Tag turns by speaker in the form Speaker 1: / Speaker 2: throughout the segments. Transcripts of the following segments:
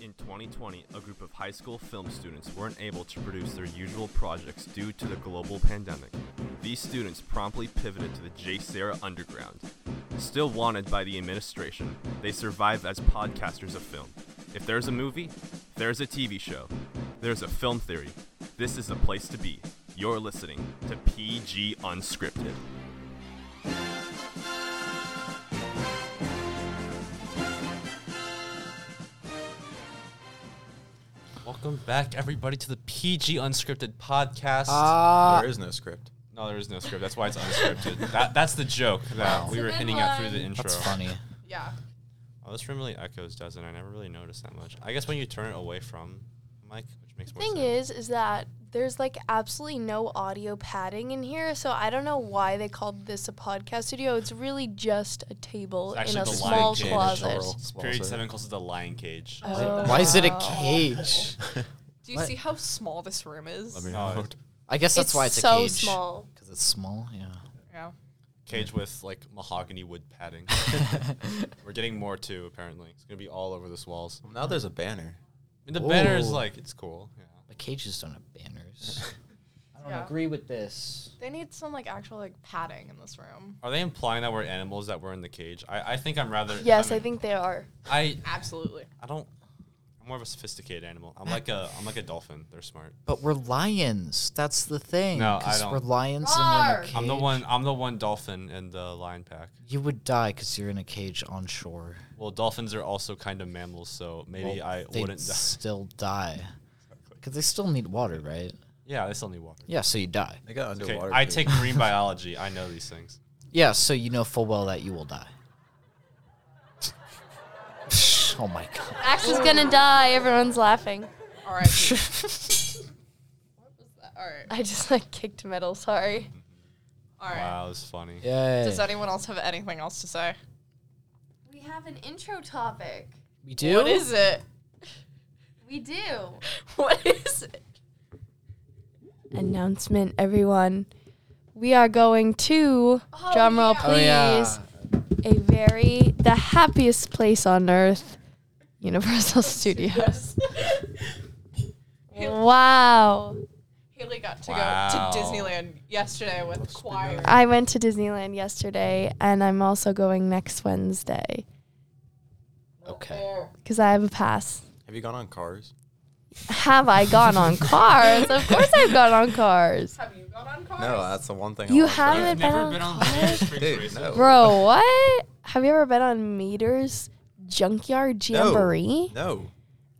Speaker 1: In 2020, a group of high school film students weren't able to produce their usual projects due to the global pandemic. These students promptly pivoted to the J. Sarah Underground. Still wanted by the administration, they survive as podcasters of film. If there's a movie, there's a TV show, there's a film theory. This is the place to be. You're listening to PG Unscripted.
Speaker 2: Welcome back, everybody, to the PG Unscripted podcast.
Speaker 3: there is no script.
Speaker 1: No, there is no script. That's why it's unscripted.
Speaker 2: that, that's the joke that we
Speaker 4: It's a
Speaker 2: were
Speaker 4: good
Speaker 2: hinting at through
Speaker 4: one.
Speaker 2: the intro.
Speaker 5: That's funny.
Speaker 4: Yeah.
Speaker 2: Oh, this room really echoes, doesn't it? I never really noticed that much. I guess when you turn it away from the mic, which makes more
Speaker 6: thing
Speaker 2: sense.
Speaker 6: is is that there's like absolutely no audio padding in here so i don't know why they called this a podcast studio it's really just a table
Speaker 2: It's
Speaker 6: in a
Speaker 2: actually the
Speaker 6: small
Speaker 2: Lion King
Speaker 6: closet
Speaker 3: tutorial.
Speaker 2: It's period seven close to the lion cage.
Speaker 6: Oh.
Speaker 5: Why is it a cage?
Speaker 4: Do you
Speaker 5: What?
Speaker 4: see how small this room is?
Speaker 3: Let me
Speaker 2: Oh,
Speaker 3: know.
Speaker 2: it-
Speaker 5: I guess that's
Speaker 6: it's
Speaker 5: why it's
Speaker 6: so
Speaker 5: a cage.
Speaker 6: small
Speaker 5: Because it's small, yeah.
Speaker 4: Yeah.
Speaker 2: Cage with like mahogany wood padding. we're getting more too, apparently. It's gonna be all over this walls. I
Speaker 3: Now Oh, there's a banner.
Speaker 2: mean, the banner is
Speaker 5: Ooh.
Speaker 2: like it's cool. Yeah.
Speaker 5: But cages don't have banners. I don't
Speaker 4: Yeah.
Speaker 5: agree with this.
Speaker 4: They need some like actual like padding in this room.
Speaker 2: Are they implying that we're animals that were in the cage? I, I think I'm rather
Speaker 6: yes
Speaker 2: I'm-
Speaker 6: i think they are
Speaker 2: I
Speaker 4: Absolutely.
Speaker 2: I don't. I'm more of a sophisticated animal. I'm like a I'm like a dolphin. They're smart.
Speaker 5: But we're lions. That's the thing.
Speaker 2: No, I
Speaker 5: 'cause
Speaker 2: don't.
Speaker 5: We're lions and we're in a
Speaker 4: Roar!
Speaker 5: cage.
Speaker 2: I'm the one. I'm the one dolphin in the lion pack.
Speaker 5: You would die because you're in a cage on shore.
Speaker 2: Well, dolphins are also kind of mammals, so maybe
Speaker 5: Well,
Speaker 2: I
Speaker 5: they'd
Speaker 2: wouldn't. Die.
Speaker 5: still die. Because they still need water, right?
Speaker 2: Yeah, they still need water.
Speaker 5: Yeah, so you die.
Speaker 3: They got
Speaker 2: Okay,
Speaker 3: underwater.
Speaker 2: I
Speaker 3: too.
Speaker 2: take marine biology. I know these things.
Speaker 5: Yeah, so you know full well that you will die. oh my god.
Speaker 6: ash is gonna die everyone's laughing
Speaker 4: All right. All right.
Speaker 6: i just like kicked metal sorry
Speaker 4: All right.
Speaker 2: Wow, that's funny.
Speaker 5: Yay.
Speaker 4: Does anyone else have anything else to say?
Speaker 6: we have an intro topic
Speaker 5: we do?
Speaker 4: What is it?
Speaker 6: we do
Speaker 4: What is it?
Speaker 6: announcement everyone we are going to drum roll
Speaker 4: yeah.
Speaker 5: Oh, yeah.
Speaker 6: please a very the happiest place on earth universal studios
Speaker 4: Yes.
Speaker 6: wow
Speaker 4: Haley got to
Speaker 2: Wow.
Speaker 4: go to Disneyland yesterday with choir.
Speaker 6: i went to disneyland yesterday and i'm also going next wednesday
Speaker 5: Okay.
Speaker 6: because i have a pass
Speaker 3: Have you gone on cars?
Speaker 6: have i gone on cars of course i've gone on cars
Speaker 4: Have you gone on cars?
Speaker 3: No, that's the one thing.
Speaker 6: You
Speaker 3: I wanna try.
Speaker 6: haven't- I've
Speaker 2: never
Speaker 6: been
Speaker 2: been on
Speaker 6: on
Speaker 2: the
Speaker 3: Dude, no.
Speaker 6: bro what have you ever been on meters junkyard
Speaker 3: No.
Speaker 6: jamboree
Speaker 3: No.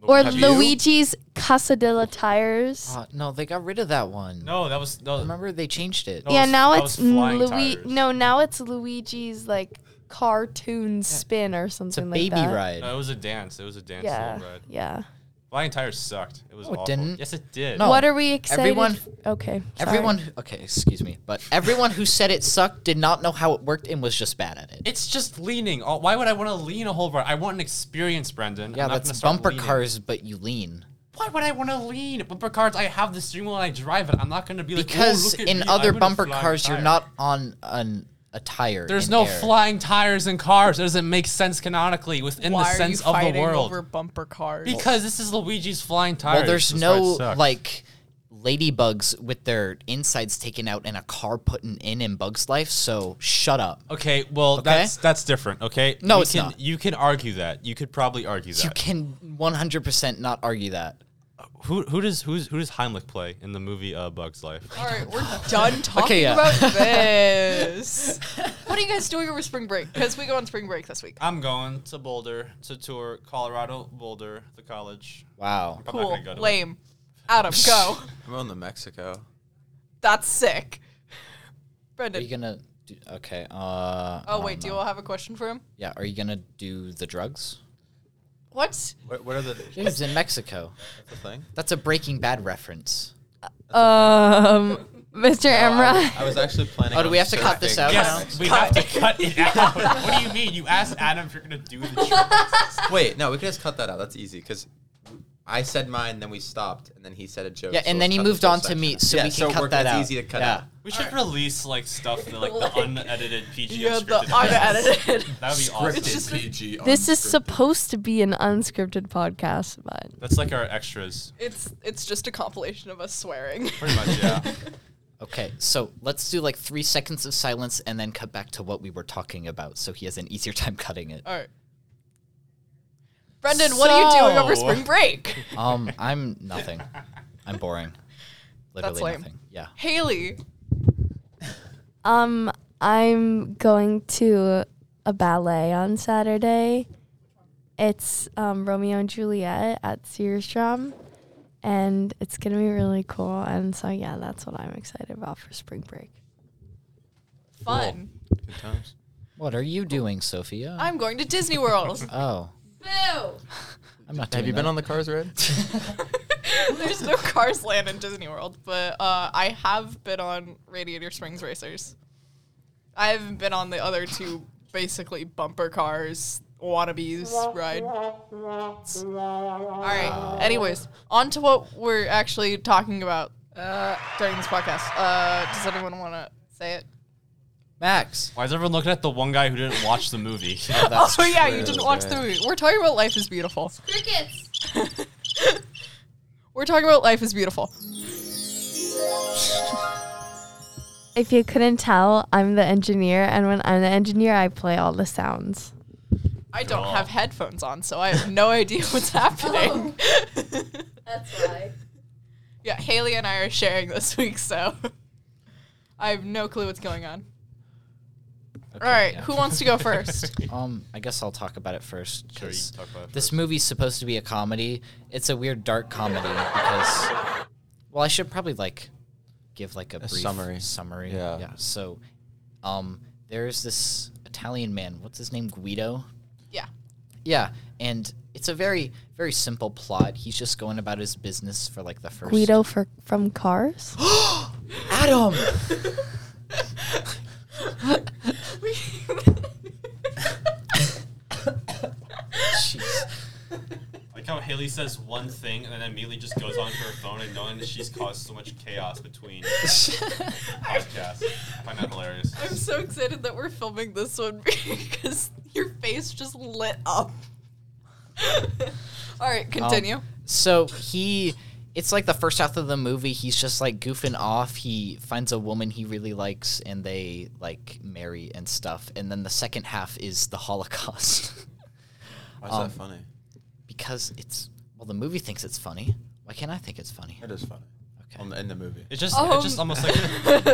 Speaker 6: or
Speaker 3: Have you?
Speaker 6: luigi's casa de la tires
Speaker 5: Uh, no, they got rid of that one.
Speaker 2: No, that was no.
Speaker 5: Remember they changed it.
Speaker 2: No.
Speaker 6: yeah,
Speaker 2: was-
Speaker 6: now
Speaker 2: that
Speaker 6: it's
Speaker 2: was flying
Speaker 6: Luigi.
Speaker 2: tires.
Speaker 6: No, now it's Luigi's like cartoon spin or
Speaker 5: It's a
Speaker 6: something
Speaker 5: baby
Speaker 6: like that.
Speaker 5: ride.
Speaker 2: No, it was a dance. It was a dance
Speaker 6: Yeah,
Speaker 2: little ride.
Speaker 6: yeah.
Speaker 2: Flying tires sucked. It was
Speaker 5: No, Oh, it
Speaker 2: awful.
Speaker 5: didn't.
Speaker 2: Yes, it did.
Speaker 5: No.
Speaker 6: What are we excited?
Speaker 5: Everyone-
Speaker 6: Okay. sorry.
Speaker 5: Everyone, who- okay, excuse me, but everyone who said it sucked did not know how it worked and was just bad at it.
Speaker 2: It's just leaning. Oh, why would I want to lean a whole ride? I want an experience, Brendan.
Speaker 5: Yeah,
Speaker 2: I'm not gonna
Speaker 5: that's
Speaker 2: start
Speaker 5: bumper
Speaker 2: leaning.
Speaker 5: cars, but you lean.
Speaker 2: Why would I want to lean? Bumper cars, I have the steering wheel and I drive it. I'm not going to be like, "Ooh,
Speaker 5: Because
Speaker 2: look at
Speaker 5: in
Speaker 2: me, I'm
Speaker 5: other
Speaker 2: in a
Speaker 5: bumper
Speaker 2: flying
Speaker 5: cars,
Speaker 2: tire."
Speaker 5: you're not on an, a tire.
Speaker 2: There's
Speaker 5: in
Speaker 2: no
Speaker 5: air.
Speaker 2: flying tires in cars. It doesn't make sense canonically within
Speaker 4: Why
Speaker 2: the sense
Speaker 4: are you
Speaker 2: of
Speaker 4: fighting
Speaker 2: the world.
Speaker 4: over bumper cars?
Speaker 2: because this is Luigi's flying tires.
Speaker 5: Well, there's
Speaker 2: This
Speaker 5: no
Speaker 2: ride sucks.
Speaker 5: like ladybugs with their insides taken out and a car put in in Bugs Life. So shut up.
Speaker 2: Okay, well that's that's different. Okay,
Speaker 5: No,
Speaker 2: We
Speaker 5: it's
Speaker 2: can,
Speaker 5: not.
Speaker 2: You can argue that. You could probably argue that.
Speaker 5: You can 100% not argue that.
Speaker 2: who who does who's who does Heimlich play in the movie uh, Bugs Life?
Speaker 4: All right, we're done talking
Speaker 5: Okay, yeah.
Speaker 4: about this. what are you guys doing over spring break? Because we go on spring break this week.
Speaker 2: I'm going to Boulder to tour Colorado Boulder, the college.
Speaker 5: Wow.
Speaker 2: I'm not
Speaker 4: Cool.
Speaker 2: gonna go to it.
Speaker 4: Lame. Adam, go.
Speaker 3: I'm going to Mexico.
Speaker 4: That's sick.
Speaker 5: Are
Speaker 4: Brendan.
Speaker 5: you gonna? Do, okay. Uh.
Speaker 4: oh, wait, do you all have a question for him?
Speaker 5: Yeah. Are you gonna do the drugs?
Speaker 4: What?
Speaker 3: What, what are the,
Speaker 5: He was in Mexico.
Speaker 3: that's the thing?
Speaker 5: That's a Breaking Bad reference.
Speaker 6: Um, Mr. Emra.
Speaker 3: I was actually planning.
Speaker 5: Oh, do
Speaker 3: on
Speaker 5: we have to cut this
Speaker 3: surfing.
Speaker 5: out?
Speaker 2: Yes, we have to cut it out. what do you mean? You asked Adam if you're gonna do the trip.
Speaker 3: Wait, no, we can just cut that out. That's easy because
Speaker 7: I said mine, then we stopped, and then he said a joke.
Speaker 5: Yeah,
Speaker 7: so
Speaker 5: and
Speaker 7: let's
Speaker 5: then he
Speaker 7: cut this
Speaker 5: moved
Speaker 7: whole
Speaker 5: on to
Speaker 7: section
Speaker 5: me,
Speaker 7: out.
Speaker 5: so
Speaker 7: Yeah,
Speaker 5: we can cut
Speaker 7: we're-
Speaker 5: that
Speaker 7: it's
Speaker 5: out.
Speaker 7: easy to cut
Speaker 5: yeah.
Speaker 7: out.
Speaker 2: We should release like stuff that like
Speaker 4: Like-
Speaker 2: the unedited PG
Speaker 4: You're the
Speaker 2: unscripted versions.
Speaker 4: unedited.
Speaker 2: That would be awesome.
Speaker 4: It's just-
Speaker 3: PG.
Speaker 6: This is
Speaker 3: unscripted.
Speaker 6: supposed to be an unscripted podcast, but
Speaker 2: That's like our extras.
Speaker 4: It's it's just a compilation of us swearing.
Speaker 2: Pretty much, yeah.
Speaker 5: Okay, so let's do like three seconds of silence and then cut back to what we were talking about so he has an easier time cutting it.
Speaker 4: All right. Brendan, what are you doing over
Speaker 2: So-
Speaker 4: spring break?
Speaker 5: Um, I'm nothing. I'm boring. Literally
Speaker 4: lame.
Speaker 5: nothing. Yeah.
Speaker 4: Haley,
Speaker 6: um, I'm going to a ballet on Saturday. It's um, Romeo and Juliet at Sears Drum, and it's gonna be really cool. And so yeah, that's what I'm excited about for spring break.
Speaker 4: fun.
Speaker 3: Good times.
Speaker 5: What are you doing, Sophia?
Speaker 4: I'm going to Disney World.
Speaker 5: oh,
Speaker 4: Boo!
Speaker 5: I'm not.
Speaker 3: Have you been on the cars, Red?
Speaker 4: There's no Cars Land in Disney World, but uh, I have been on Radiator Springs Racers. I haven't been on the other two, basically bumper cars wannabes ride. All right. Anyways, on to what we're actually talking about uh, during this podcast. Uh, does anyone want to say it?
Speaker 5: Max?
Speaker 2: Why is everyone looking at the one guy who didn't watch the movie?
Speaker 5: That's
Speaker 4: oh yeah, you didn't watch the
Speaker 3: okay.
Speaker 4: movie. We're talking about Life is Beautiful.
Speaker 6: Crickets.
Speaker 4: We're talking about Life is Beautiful.
Speaker 6: If you couldn't tell, I'm the engineer, and when I'm the engineer, I play all the sounds.
Speaker 4: I don't have headphones on, so I have no idea what's happening.
Speaker 6: That's why.
Speaker 4: Yeah, Haley and I are sharing this week, so I have no clue what's going on. All right,
Speaker 5: yeah.
Speaker 4: who wants to go first?
Speaker 5: Um, I guess I'll talk about it first.
Speaker 2: Sure, you
Speaker 5: 'cause
Speaker 2: can talk about it
Speaker 5: this
Speaker 2: first.
Speaker 5: movie's supposed to be a comedy. It's a weird dark comedy because, well, I should probably like give like a, brief
Speaker 3: summary.
Speaker 5: Summary.
Speaker 3: Yeah.
Speaker 5: Yeah. So, um, there's this Italian man. What's his name? Guido.
Speaker 4: yeah.
Speaker 5: Yeah, and it's a very very simple plot. He's just going about his business for like the first
Speaker 6: Guido for from Cars.
Speaker 5: Adam. Jeez.
Speaker 2: like how Haley says one thing and then immediately just goes on to her phone and knowing that she's caused so much chaos between podcasts. I find that hilarious.
Speaker 4: I'm so excited that we're filming this one because your face just lit up. All
Speaker 5: Um,
Speaker 4: right, continue.
Speaker 5: So he, it's like the first half of the movie. He's just like goofing off. He finds a woman he really likes, and they like marry and stuff. And then the second half is the Holocaust
Speaker 3: Why is
Speaker 5: Um,
Speaker 3: that funny?
Speaker 5: because it's well, the movie thinks it's funny. Why can't I think it's funny?
Speaker 3: It is funny.
Speaker 5: Okay.
Speaker 3: On the, in the movie.
Speaker 2: It's just,
Speaker 4: Um,
Speaker 2: it's just almost like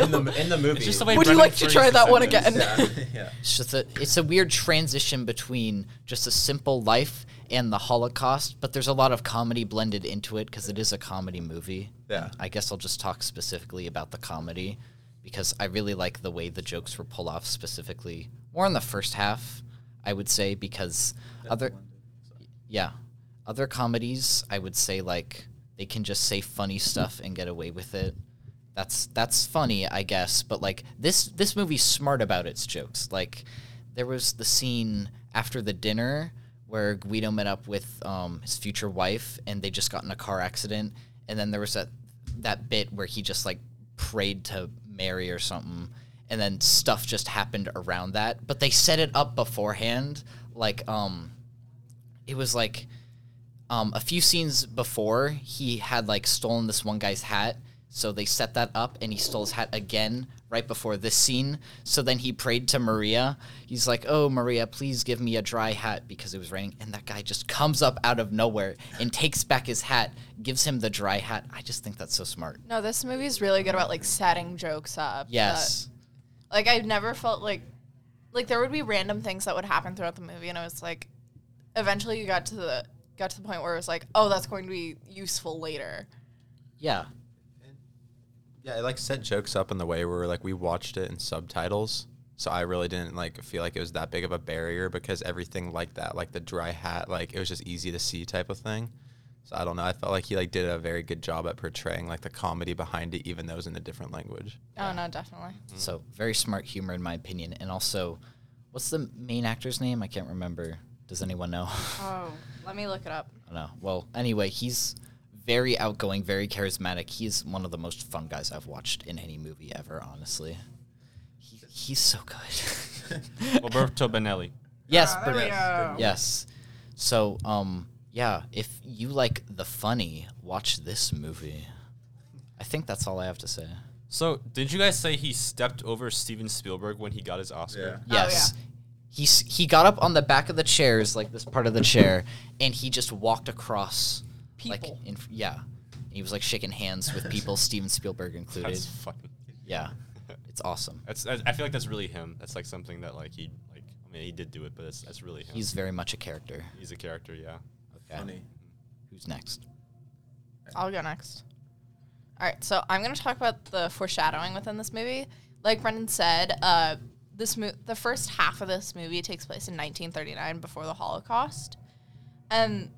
Speaker 7: In the, in the movie.
Speaker 2: it's just the way.
Speaker 4: Would you
Speaker 2: Brendan
Speaker 4: like to
Speaker 2: phrased
Speaker 4: try
Speaker 2: the
Speaker 4: that one
Speaker 2: sentence.
Speaker 4: again?
Speaker 7: Yeah, yeah.
Speaker 5: It's just a, it's a weird transition between just a simple life and the Holocaust, but there's a lot of comedy blended into it because it is a comedy movie.
Speaker 7: Yeah.
Speaker 5: I guess I'll just talk specifically about the comedy because I really like the way the jokes were pulled off specifically more in the first half, I would say, because other yeah, other comedies I would say like they can just say funny stuff and get away with it. That's that's funny, I guess, but like this this movie's smart about its jokes. Like there was the scene after the dinner where Guido met up with um, his future wife and they just got in a car accident and then there was that that bit where he just like prayed to Mary or something, and then stuff just happened around that. But they set it up beforehand, like um, it was like um, a few scenes before he had like stolen this one guy's hat so they set that up and he stole his hat again right before this scene so then he prayed to maria he's like oh maria please give me a dry hat because it was raining and that guy just comes up out of nowhere and takes back his hat gives him the dry hat i just think that's so smart
Speaker 4: No, this movie is really good about like setting jokes up.
Speaker 5: yes
Speaker 4: Like I've never felt like like there would be random things that would happen throughout the movie and I was like eventually you got to the got to the point where it was like, oh, that's going to be useful later.
Speaker 5: yeah
Speaker 3: Yeah, it like set jokes up in the way where like we watched it in subtitles. So I really didn't like feel like it was that big of a barrier because everything like that, like the dry hat, like it was just easy to see type of thing. So I don't know. I felt like he like did a very good job at portraying like the comedy behind it, even though it was in a different language.
Speaker 4: Oh no, definitely.
Speaker 5: so very smart humor in my opinion and also what's the main actor's name i can't remember does anyone know
Speaker 4: Oh, let me look it up.
Speaker 5: don't know. Well, anyway, he's very outgoing, very charismatic. He's one of the most fun guys I've watched in any movie ever, honestly. He, he's so good.
Speaker 1: Roberto Benelli.
Speaker 5: yes,
Speaker 4: there we
Speaker 5: Burnett.
Speaker 4: go.
Speaker 5: Yes. So, um, yeah, if you like the funny, watch this movie. I think that's all I have to say.
Speaker 1: So, did you guys say he stepped over Steven Spielberg when he got his Oscar?
Speaker 4: yeah.
Speaker 5: Yes. He s he got up on the back of the chairs, like this part of the chair, and he just walked across
Speaker 4: People.
Speaker 5: like in f- yeah. He was like shaking hands with people, Steven Spielberg included.
Speaker 1: That's fucking.
Speaker 5: yeah. It's awesome.
Speaker 1: That's. I I feel like that's really him. That's like something that like he like. I mean, he did do it, but it's, that's really him.
Speaker 5: He's very much a character.
Speaker 1: He's a character. Yeah.
Speaker 5: Okay. Who's next?
Speaker 4: I'll go next. All right, so I'm going to talk about the foreshadowing within this movie. Like Brendan said, uh, this mo- the first half of this movie takes place in 1939 before the Holocaust, and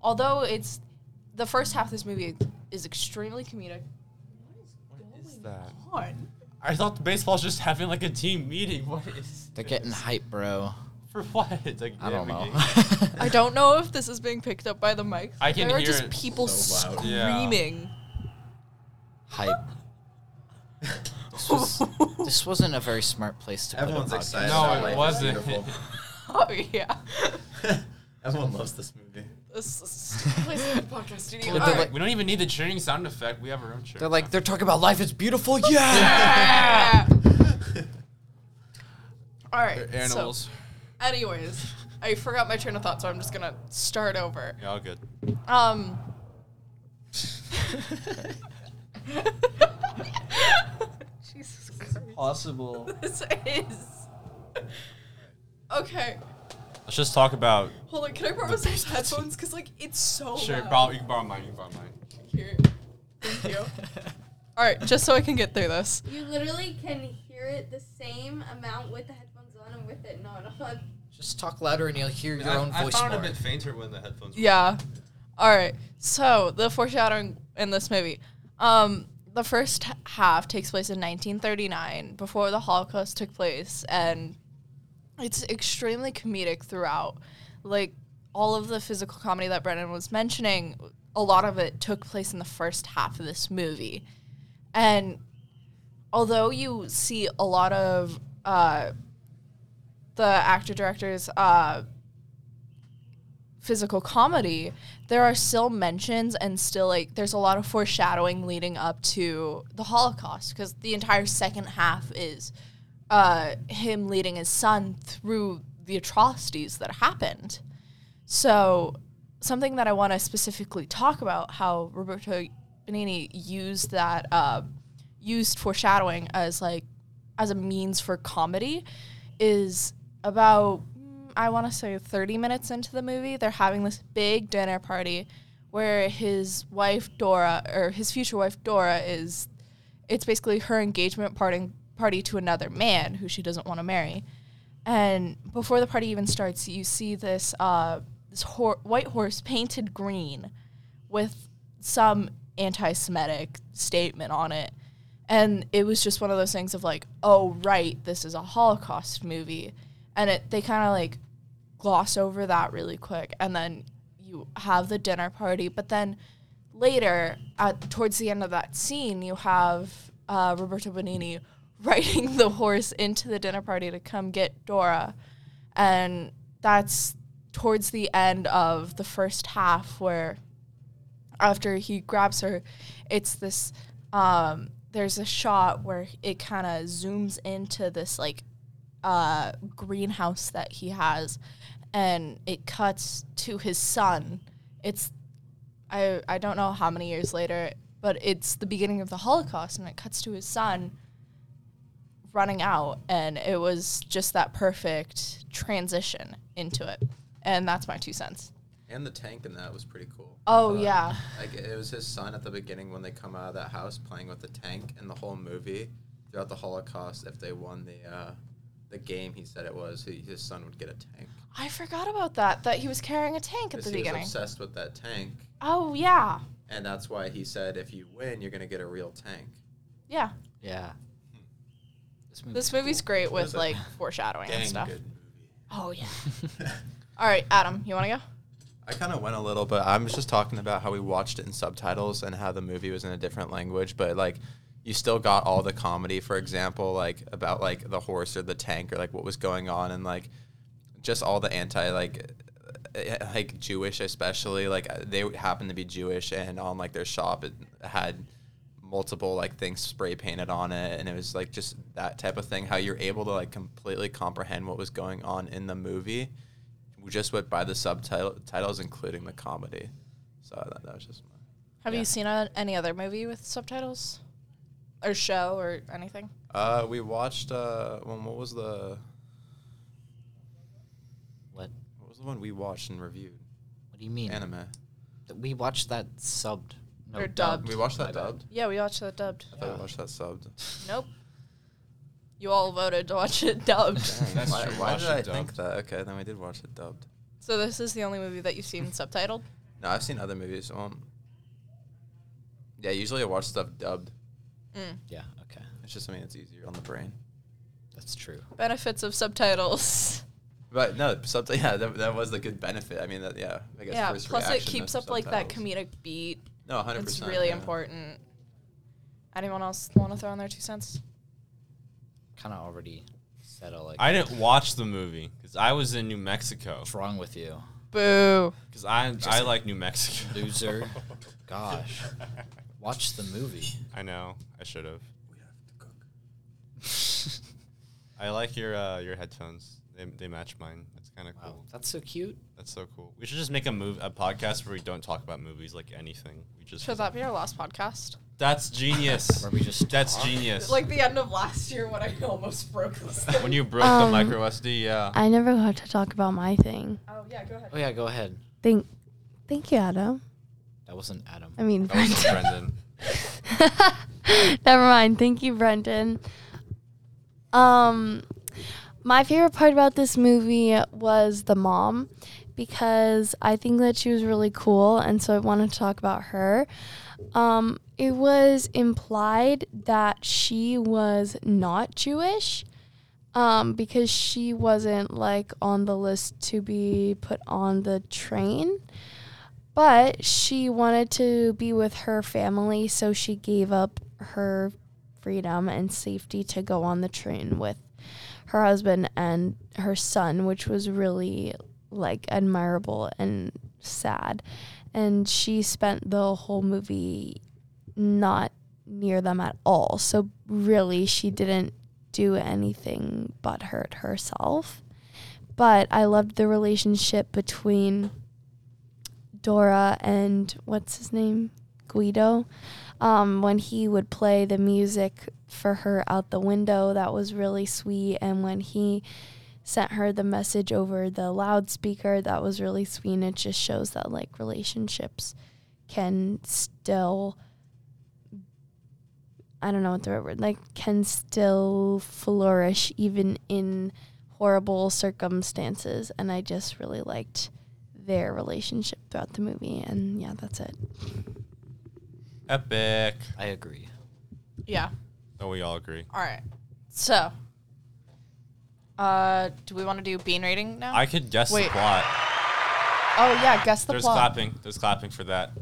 Speaker 4: although it's the first half of this movie is extremely comedic.
Speaker 1: Is that? I thought baseball's just having like a team meeting. What is?
Speaker 5: They're getting hype, bro.
Speaker 1: for what? It's like
Speaker 6: Uh,
Speaker 5: I
Speaker 1: yeah,
Speaker 5: don't
Speaker 1: we
Speaker 5: know.
Speaker 1: get-
Speaker 4: I don't know if this is being picked up by the mic.
Speaker 1: I can
Speaker 4: there
Speaker 1: hear
Speaker 4: are just
Speaker 1: it
Speaker 4: people
Speaker 3: so loud.
Speaker 1: Yeah.
Speaker 4: screaming.
Speaker 5: hype. This, was, this wasn't a very smart place to
Speaker 3: Everyone's
Speaker 5: put a podcast.
Speaker 3: excited.
Speaker 1: No,
Speaker 3: about
Speaker 1: it
Speaker 3: life. It's
Speaker 1: wasn't.
Speaker 3: beautiful.
Speaker 4: Oh yeah,
Speaker 3: Everyone loves this movie.
Speaker 4: this is this place is a podcast studio.
Speaker 5: But
Speaker 4: All
Speaker 5: they're
Speaker 4: right.
Speaker 5: like-
Speaker 1: We don't even need the cheering sound effect. We have our own cheering.
Speaker 5: They're like they're talking about life is beautiful. Yeah.
Speaker 4: Yeah. All right,
Speaker 1: sound. animals.
Speaker 4: So, anyways, I forgot my train of thought, so I'm just gonna start over.
Speaker 1: yeah, all good.
Speaker 4: Um. Jesus Christ,
Speaker 8: Possible.
Speaker 4: this is. Okay,
Speaker 1: Let's just talk about.
Speaker 4: hold on. Can I borrow those headphones? Cause like it's so
Speaker 1: Sure,
Speaker 4: loud.
Speaker 1: borrow, you can borrow mine. You can borrow mine.
Speaker 4: Here. Thank you. All right, just so I can get through this.
Speaker 6: You literally can hear it the same amount with the headphones on and with it not on.
Speaker 5: Just talk louder and you'll hear your own voice more.
Speaker 1: fainter when the headphones.
Speaker 4: Yeah. All right. So the foreshadowing in this movie, um, the first h- half takes place in 1939, before the Holocaust took place, and it's extremely comedic throughout. Like all of the physical comedy that Brennan was mentioning, a lot of it took place in the first half of this movie, and although you see a lot of uh, the actor directors. Uh, physical comedy, there are still mentions and still like there's a lot of foreshadowing leading up to the Holocaust because the entire second half is uh, him leading his son through the atrocities that happened. So, something that I want to specifically talk about how Roberto Benigni used that uh, used foreshadowing as like as a means for comedy is about mm, I want to say 30 minutes into the movie they're having this big dinner party where his wife Dora or his future wife Dora is it's basically her engagement party party to another man who she doesn't want to marry and before the party even starts you see this uh, this hor- white horse painted green with some anti-semitic statement on it and it was just one of those things of like oh right this is a holocaust movie and it they kind of like gloss over that really quick and then you have the dinner party but then later at towards the end of that scene you have uh, roberto benini riding the horse into the dinner party to come get dora and that's towards the end of the first half where after he grabs her, it's this. Um, there's a shot where it kind of zooms into this like uh, greenhouse that he has, and it cuts to his son. It's I I don't know how many years later, but it's the beginning of the Holocaust, and it cuts to his son running out, and it was just that perfect transition into it, and that's my two cents.
Speaker 3: And the tank in that was pretty cool. I
Speaker 4: Oh
Speaker 3: thought.
Speaker 4: yeah,
Speaker 3: Like it was his son at the beginning when they come out of that house playing with the tank and the whole movie throughout the Holocaust. If they won the uh, the game, he said it was he, his son would get a tank.
Speaker 4: I forgot about that. That he was carrying a tank at
Speaker 3: 'Cause
Speaker 4: the
Speaker 3: he
Speaker 4: beginning.
Speaker 3: was obsessed with that tank,
Speaker 4: Oh yeah,
Speaker 3: and that's why he said if you win, you're gonna get a real tank.
Speaker 4: yeah.
Speaker 5: Yeah. This movie.
Speaker 4: This movie's great with
Speaker 3: is it?
Speaker 4: like foreshadowing and
Speaker 3: Dang
Speaker 4: stuff.
Speaker 3: good.
Speaker 4: Oh yeah. All right, Adam, you want to go?
Speaker 3: I kind of went a little, but I was just talking about how we watched it in subtitles and how the movie was in a different language, but like you still got all the comedy, for example, like about like the horse or the tank or like what was going on and like just all the anti like eh, like Jewish especially like uh, they happened to be Jewish and on like their shop it had multiple like things spray painted on it and it was like just that type of thing how you're able to like completely comprehend what was going on in the movie just went by the subtitle titles, including the comedy. So that, that was just my.
Speaker 4: Have
Speaker 3: Yeah.
Speaker 4: you seen a, any other movie with subtitles? Or show or anything?
Speaker 3: Uh, we watched. Uh, when, what was the
Speaker 5: What?
Speaker 3: what was the one we watched and reviewed?
Speaker 5: What do you mean?
Speaker 3: Anime.
Speaker 5: Th- We watched that subbed. No,
Speaker 4: Or
Speaker 5: dubbed.
Speaker 4: dubbed.
Speaker 3: We watched
Speaker 5: My
Speaker 3: that
Speaker 5: bad.
Speaker 3: dubbed.
Speaker 4: Yeah, we watched that dubbed.
Speaker 3: I thought we watched that subbed.
Speaker 4: Nope. You all voted to watch it dubbed.
Speaker 2: That's
Speaker 3: why
Speaker 2: true, we
Speaker 3: why
Speaker 2: watched
Speaker 3: did
Speaker 2: it
Speaker 3: I think
Speaker 2: dubbed.
Speaker 3: that? Okay, then we did watch it dubbed.
Speaker 4: so this is the only movie that you've seen subtitled?
Speaker 3: No, I've seen other movies. Um. Yeah, usually I watch stuff dubbed.
Speaker 4: Mm.
Speaker 5: Yeah, okay.
Speaker 3: It's just something that's easier on the brain.
Speaker 5: That's true.
Speaker 4: Benefits of subtitles.
Speaker 3: But no, subtitle. Yeah, that, that was the good benefit. I mean, that yeah. I guess
Speaker 4: Yeah,
Speaker 3: first
Speaker 4: plus it
Speaker 3: reaction
Speaker 4: keeps
Speaker 3: of
Speaker 4: up like that
Speaker 3: subtitles.
Speaker 4: comedic beat.
Speaker 3: No, hundred
Speaker 4: It's
Speaker 3: percent.
Speaker 4: really
Speaker 3: yeah.
Speaker 4: important. Anyone else want to throw in their two cents?
Speaker 5: Kind of already said all like.
Speaker 1: I didn't watch the movie because I was in New Mexico.
Speaker 5: What's wrong with you,
Speaker 4: Boo.
Speaker 1: Because I I like New Mexico.
Speaker 5: loser? Gosh, watch the movie.
Speaker 1: I know. I should have. I like your uh, your headphones. They, they match mine. That's kind of
Speaker 5: Wow,
Speaker 1: cool.
Speaker 5: Oh, that's so cute.
Speaker 1: That's so cool. We should just make a move a podcast where we don't talk about movies like anything. We just
Speaker 4: Should that be our last podcast?
Speaker 1: that's genius.
Speaker 5: Where we just
Speaker 1: that's
Speaker 5: talk.
Speaker 1: genius.
Speaker 4: Like the end of last year when I almost broke this.
Speaker 1: when you broke
Speaker 6: Um,
Speaker 1: the micro SD, yeah.
Speaker 6: I never got to talk about my thing.
Speaker 4: Oh yeah, go ahead.
Speaker 5: Oh yeah, go ahead.
Speaker 6: Thank, thank you, Adam.
Speaker 5: That wasn't Adam.
Speaker 6: I mean,
Speaker 1: That was Brendan.
Speaker 6: Never mind. Thank you, Brendan. Um, my favorite part about this movie was the mom because I think that she was really cool, and so I want to talk about her. Um, it was implied that she was not Jewish. Um, because she wasn't like on the list to be put on the train but she wanted to be with her family, so she gave up her freedom and safety to go on the train with her husband and her son, which was really like admirable and sad. And she spent the whole movie not near them at all. So really, she didn't do anything but hurt herself. But I loved the relationship between Dora and what's his name? Guido. Um, when he would play the music for her out the window, that was really sweet. And when he sent her the message over the loudspeaker, that was really sweet. And it just shows that like relationships can still, I don't know what the right word, like can still flourish even in horrible circumstances. And I just really liked their relationship throughout the movie. And yeah, that's it.
Speaker 1: Epic.
Speaker 5: I agree.
Speaker 4: Yeah.
Speaker 1: Oh, we all agree.
Speaker 4: All right. So, uh, do we want to do bean rating now?
Speaker 1: I could guess
Speaker 4: Wait.
Speaker 1: the plot.
Speaker 4: oh yeah, guess the
Speaker 1: There's
Speaker 4: plot.
Speaker 1: clapping. There's clapping for that.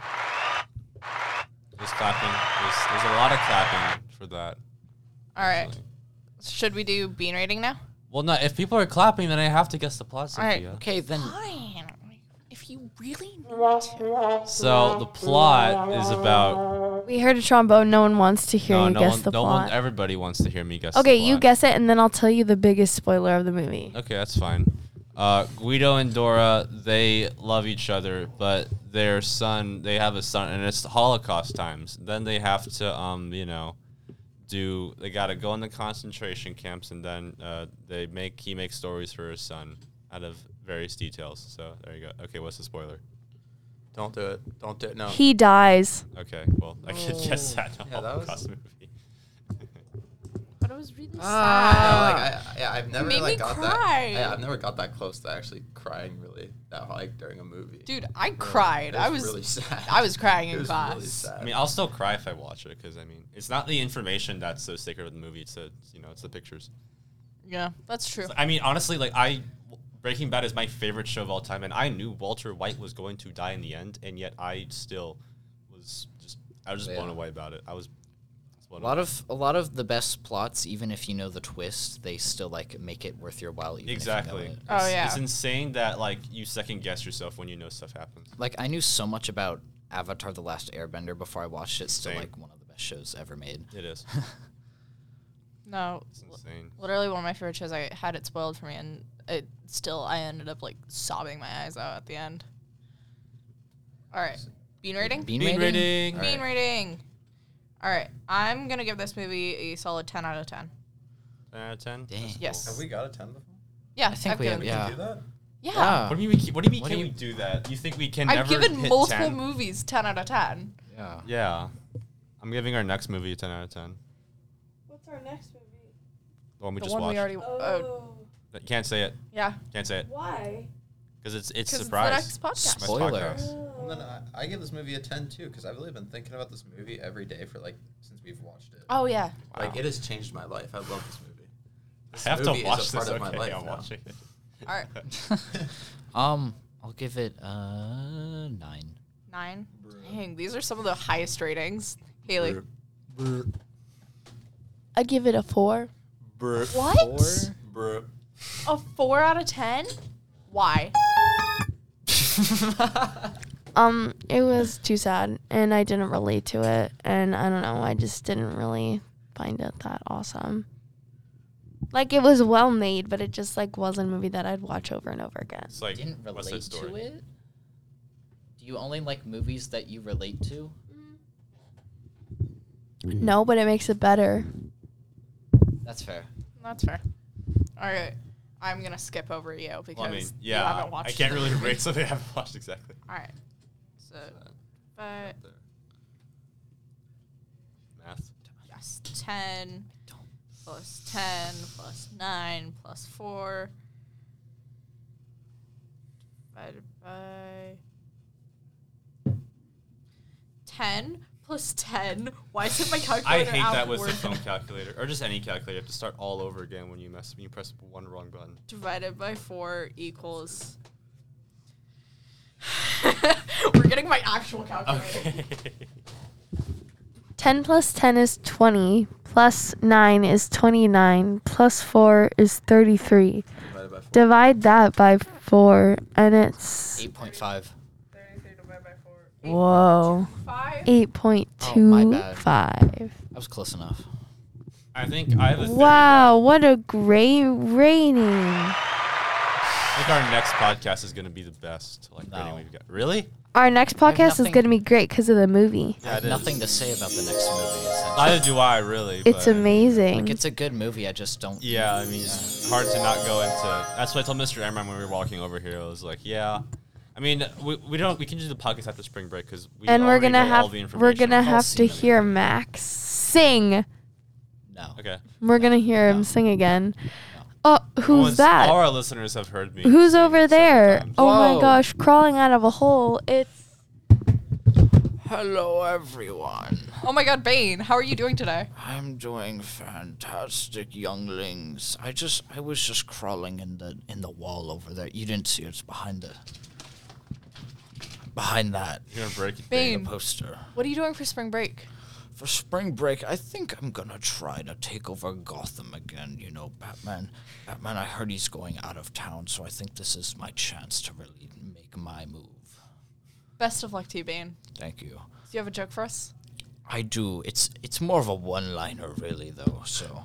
Speaker 1: There's clapping. There's, there's a lot of clapping for that.
Speaker 4: All right.
Speaker 1: actually.
Speaker 4: Should we do bean rating now?
Speaker 1: Well, no. If people are clapping, then I have to guess the plot,
Speaker 4: All right,
Speaker 1: Sophia.
Speaker 5: Okay, then
Speaker 4: Fine. If you really
Speaker 1: So the plot is about.
Speaker 6: We heard a trombone. No one wants to hear
Speaker 1: No,
Speaker 6: you
Speaker 1: no
Speaker 6: guess
Speaker 1: one.
Speaker 6: the
Speaker 1: no
Speaker 6: plot.
Speaker 1: one. Everybody wants to hear me guess. the
Speaker 6: okay, you
Speaker 1: plot.
Speaker 6: guess it, and then I'll tell you the biggest spoiler of the movie.
Speaker 1: Okay, that's fine. Uh, Guido and Dora, they love each other, but their son, they have a son, and it's the Holocaust times. Then they have to, um, you know, do they got to go in the concentration camps, and then uh, they make he makes stories for his son out of various details. So there you go. Okay, what's the spoiler?
Speaker 3: Don't do it. Don't do it. No.
Speaker 6: He dies.
Speaker 1: Okay, well I could guess that in a
Speaker 3: Yeah, that was-
Speaker 1: Holocaust movie.
Speaker 4: But it was really
Speaker 3: Yeah,
Speaker 4: sad.
Speaker 3: like, I, I- yeah, I've never
Speaker 4: made me
Speaker 3: like got that.
Speaker 4: cry.
Speaker 3: Yeah, I've never got that close to actually crying really that like during a movie.
Speaker 4: Dude, I cried.
Speaker 3: It
Speaker 4: I was
Speaker 3: really sad.
Speaker 4: I was crying
Speaker 3: It
Speaker 4: in
Speaker 3: was
Speaker 4: class.
Speaker 3: really sad.
Speaker 1: I mean, I'll still cry if I watch it because I mean, it's not the information that's so sacred of the movie. It's the you know, it's the pictures.
Speaker 4: Yeah, that's true.
Speaker 1: I mean, honestly, like I
Speaker 2: Breaking Bad is my favorite show of all time, and I knew Walter White was going to die in the end, and yet I still was just I was just
Speaker 5: Yeah.
Speaker 2: blown away about it. I was, just
Speaker 5: A
Speaker 2: blown
Speaker 5: lot of a lot of the best plots, even if you know the twist, they still like make it worth your while. Even if you know
Speaker 2: Exactly.
Speaker 5: it.
Speaker 4: Oh, yeah.
Speaker 2: It's insane that like you second guess yourself when you know stuff happens.
Speaker 5: Like I knew so much about Avatar: The Last Airbender before I watched it. Still
Speaker 2: Same.
Speaker 5: like one of the best shows ever made.
Speaker 2: It is.
Speaker 4: No,
Speaker 2: It's insane.
Speaker 4: literally one of my favorite shows. I had it spoiled for me, and it still I ended up like sobbing my eyes out at the end. All right, bean rating.
Speaker 5: Bean,
Speaker 2: Bean
Speaker 5: rating?
Speaker 2: rating.
Speaker 4: Bean rating. All right, I'm gonna give this movie a solid ten out of ten.
Speaker 2: Uh, ten.
Speaker 5: Dang.
Speaker 2: That's
Speaker 4: Yes.
Speaker 7: Have we got a ten before?
Speaker 4: Yeah,
Speaker 5: I think
Speaker 4: I've
Speaker 5: we have
Speaker 4: given-
Speaker 5: yeah.
Speaker 7: Do that?
Speaker 4: yeah.
Speaker 5: yeah.
Speaker 2: What do you mean? We, keep- what do you mean?
Speaker 5: What
Speaker 2: can
Speaker 5: do
Speaker 2: we
Speaker 5: you-
Speaker 2: do that? You think we can? never
Speaker 4: I've given
Speaker 2: hit
Speaker 4: multiple
Speaker 2: 10?
Speaker 4: movies ten out of ten.
Speaker 5: Yeah.
Speaker 2: Yeah, I'm giving our next movie a ten out of ten.
Speaker 9: What's our next movie?
Speaker 2: The one we
Speaker 4: the
Speaker 2: just
Speaker 4: one
Speaker 2: watched.
Speaker 4: we already. Oh,
Speaker 9: Oh,
Speaker 2: Can't say it.
Speaker 4: yeah.
Speaker 2: Can't say it
Speaker 9: why?
Speaker 2: because it's it's
Speaker 4: 'Cause it's the
Speaker 2: surprise.
Speaker 4: next podcast.
Speaker 2: It's my
Speaker 5: Spoiler.
Speaker 2: podcast.
Speaker 9: Oh.
Speaker 7: And then I, I give this movie a ten too because I've really been thinking about this movie every day for like since we've watched it.
Speaker 4: Oh yeah.
Speaker 7: Like it has changed my life. I love this movie. This
Speaker 2: I have
Speaker 7: movie
Speaker 2: to
Speaker 7: is a
Speaker 2: watch this.
Speaker 7: part
Speaker 2: Okay,
Speaker 7: of my life
Speaker 2: I'm
Speaker 7: now.
Speaker 2: watching it.
Speaker 4: All right,
Speaker 5: um, I'll give it uh nine.
Speaker 4: nine. Dang, these are some of the highest ratings. Haley,
Speaker 6: I'd give it a four.
Speaker 4: What? a four out of ten? Why?
Speaker 6: Um, it was too sad, and I didn't relate to it, and I don't know, I just didn't really find it that awesome. Like it was well made, but it just like wasn't a movie that I'd watch over and over again.
Speaker 2: It's like
Speaker 5: Didn't
Speaker 2: West Side
Speaker 5: relate
Speaker 2: Story.
Speaker 5: to it. Do you only like movies that you relate to?
Speaker 6: No, but it makes it better.
Speaker 5: That's fair.
Speaker 4: That's fair. All right, I'm gonna skip over you because
Speaker 2: Well, I mean,
Speaker 4: you
Speaker 2: yeah,
Speaker 4: haven't watched.
Speaker 2: I can't
Speaker 4: the
Speaker 2: really
Speaker 4: movie.
Speaker 2: rate something I haven't watched exactly.
Speaker 4: All right, so but
Speaker 2: Math.
Speaker 4: yes, ten plus ten plus nine plus four divided by ten plus ten. Why is it my
Speaker 2: I
Speaker 4: calculator?
Speaker 2: hate that with
Speaker 4: outward?
Speaker 2: the phone calculator or just any calculator. You have to start all over again when you mess when you press one wrong button.
Speaker 4: divided by four equals. We're getting my actual calculator.
Speaker 2: Okay.
Speaker 6: 10 plus 10 is 20, plus 9 is 29, plus 4 is 33.
Speaker 7: Divided by four.
Speaker 6: Divide that by 4, and it's.
Speaker 5: Eight point five.
Speaker 4: Thirty-three divided by four.
Speaker 6: Whoa.
Speaker 4: Five.
Speaker 6: 8.25.
Speaker 5: That was close enough.
Speaker 2: I think I have a theory
Speaker 6: wow, what a great rating.
Speaker 2: that I think our next podcast is going to be the best. Like
Speaker 5: No.
Speaker 2: rating we've got. Really?
Speaker 6: Our next
Speaker 5: have
Speaker 6: podcast is
Speaker 5: nothing-
Speaker 6: going to be great because of the movie.
Speaker 5: I have nothing to say about the next movie. essentially.
Speaker 2: Neither do I really.
Speaker 6: It's
Speaker 2: but-
Speaker 6: amazing.
Speaker 5: Like it's a good movie. I just don't.
Speaker 2: Yeah, I mean, it's hard to not go into. That's what I told Mr. Emron when we were walking over here. I was like, yeah. I mean, we, we don't we can do the podcast after spring break because we
Speaker 6: and we're
Speaker 2: already
Speaker 6: gonna
Speaker 2: know all
Speaker 6: have
Speaker 2: the information.
Speaker 6: we're gonna
Speaker 5: I've all
Speaker 6: have to
Speaker 5: seen them.
Speaker 6: hear Max sing.
Speaker 5: No.
Speaker 2: okay.
Speaker 6: We're gonna hear him
Speaker 5: No.
Speaker 6: sing again.
Speaker 5: No.
Speaker 6: Oh,
Speaker 2: Once
Speaker 6: who's that?
Speaker 2: All our listeners have heard me.
Speaker 6: Who's
Speaker 2: sing several
Speaker 6: over there?
Speaker 2: times.
Speaker 6: Oh my
Speaker 5: Whoa.
Speaker 6: gosh, crawling out of a hole. It's
Speaker 5: Hello, everyone.
Speaker 4: Oh my God, Bane, how are you doing today?
Speaker 5: I'm doing fantastic, younglings. I just, I was just crawling in the in the wall over there. You didn't see it. it's behind the behind that
Speaker 2: You're gonna break it.
Speaker 5: the
Speaker 4: Bane,
Speaker 5: poster.
Speaker 4: what are you doing for spring break?
Speaker 5: For spring break, I think I'm gonna try to take over Gotham again. You know, Batman. Batman. I heard he's going out of town, so I think this is my chance to really make my move.
Speaker 4: Best of luck to you, Bane.
Speaker 5: Thank you.
Speaker 4: Do you have a joke for us?
Speaker 5: I do. It's it's more of a one-liner really though. So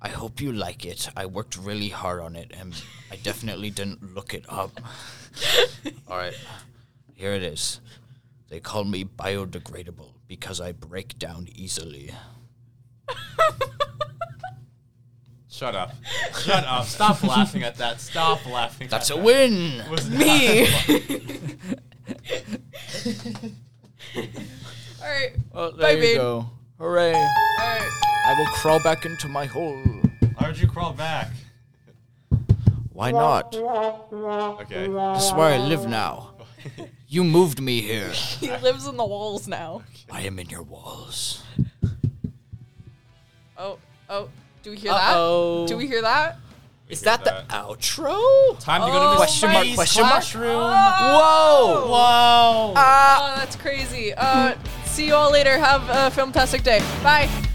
Speaker 5: I hope you like it. I worked really hard on it and I definitely didn't look it up. All right. Here it is. They call me biodegradable because I break down easily.
Speaker 2: Shut up. Shut up. Oh, Stop laughing at that. Stop laughing.
Speaker 5: That's
Speaker 2: at
Speaker 5: a
Speaker 2: that.
Speaker 5: win.
Speaker 2: Was
Speaker 4: Me.
Speaker 2: not-
Speaker 4: All right,
Speaker 5: Well,
Speaker 4: Bye, babe.
Speaker 5: go. Hooray. I
Speaker 4: all right.
Speaker 5: will crawl back into my hole.
Speaker 2: Why would you crawl back?
Speaker 5: Why not?
Speaker 2: Okay.
Speaker 5: This is where I live now. You moved me here.
Speaker 4: He lives in the walls now.
Speaker 5: I am in your walls.
Speaker 4: Oh, oh. Do we hear
Speaker 5: Uh-oh.
Speaker 4: that? Do we hear that?
Speaker 2: We
Speaker 5: Is
Speaker 2: hear
Speaker 5: that, the outro?
Speaker 2: time to go to Miss
Speaker 5: Oh, question mark,
Speaker 2: Cheese
Speaker 5: question mark.
Speaker 2: classroom?
Speaker 5: Whoa!
Speaker 2: Whoa!
Speaker 4: Oh, that's crazy. Uh, see you all later. Have a fantastic day. Bye.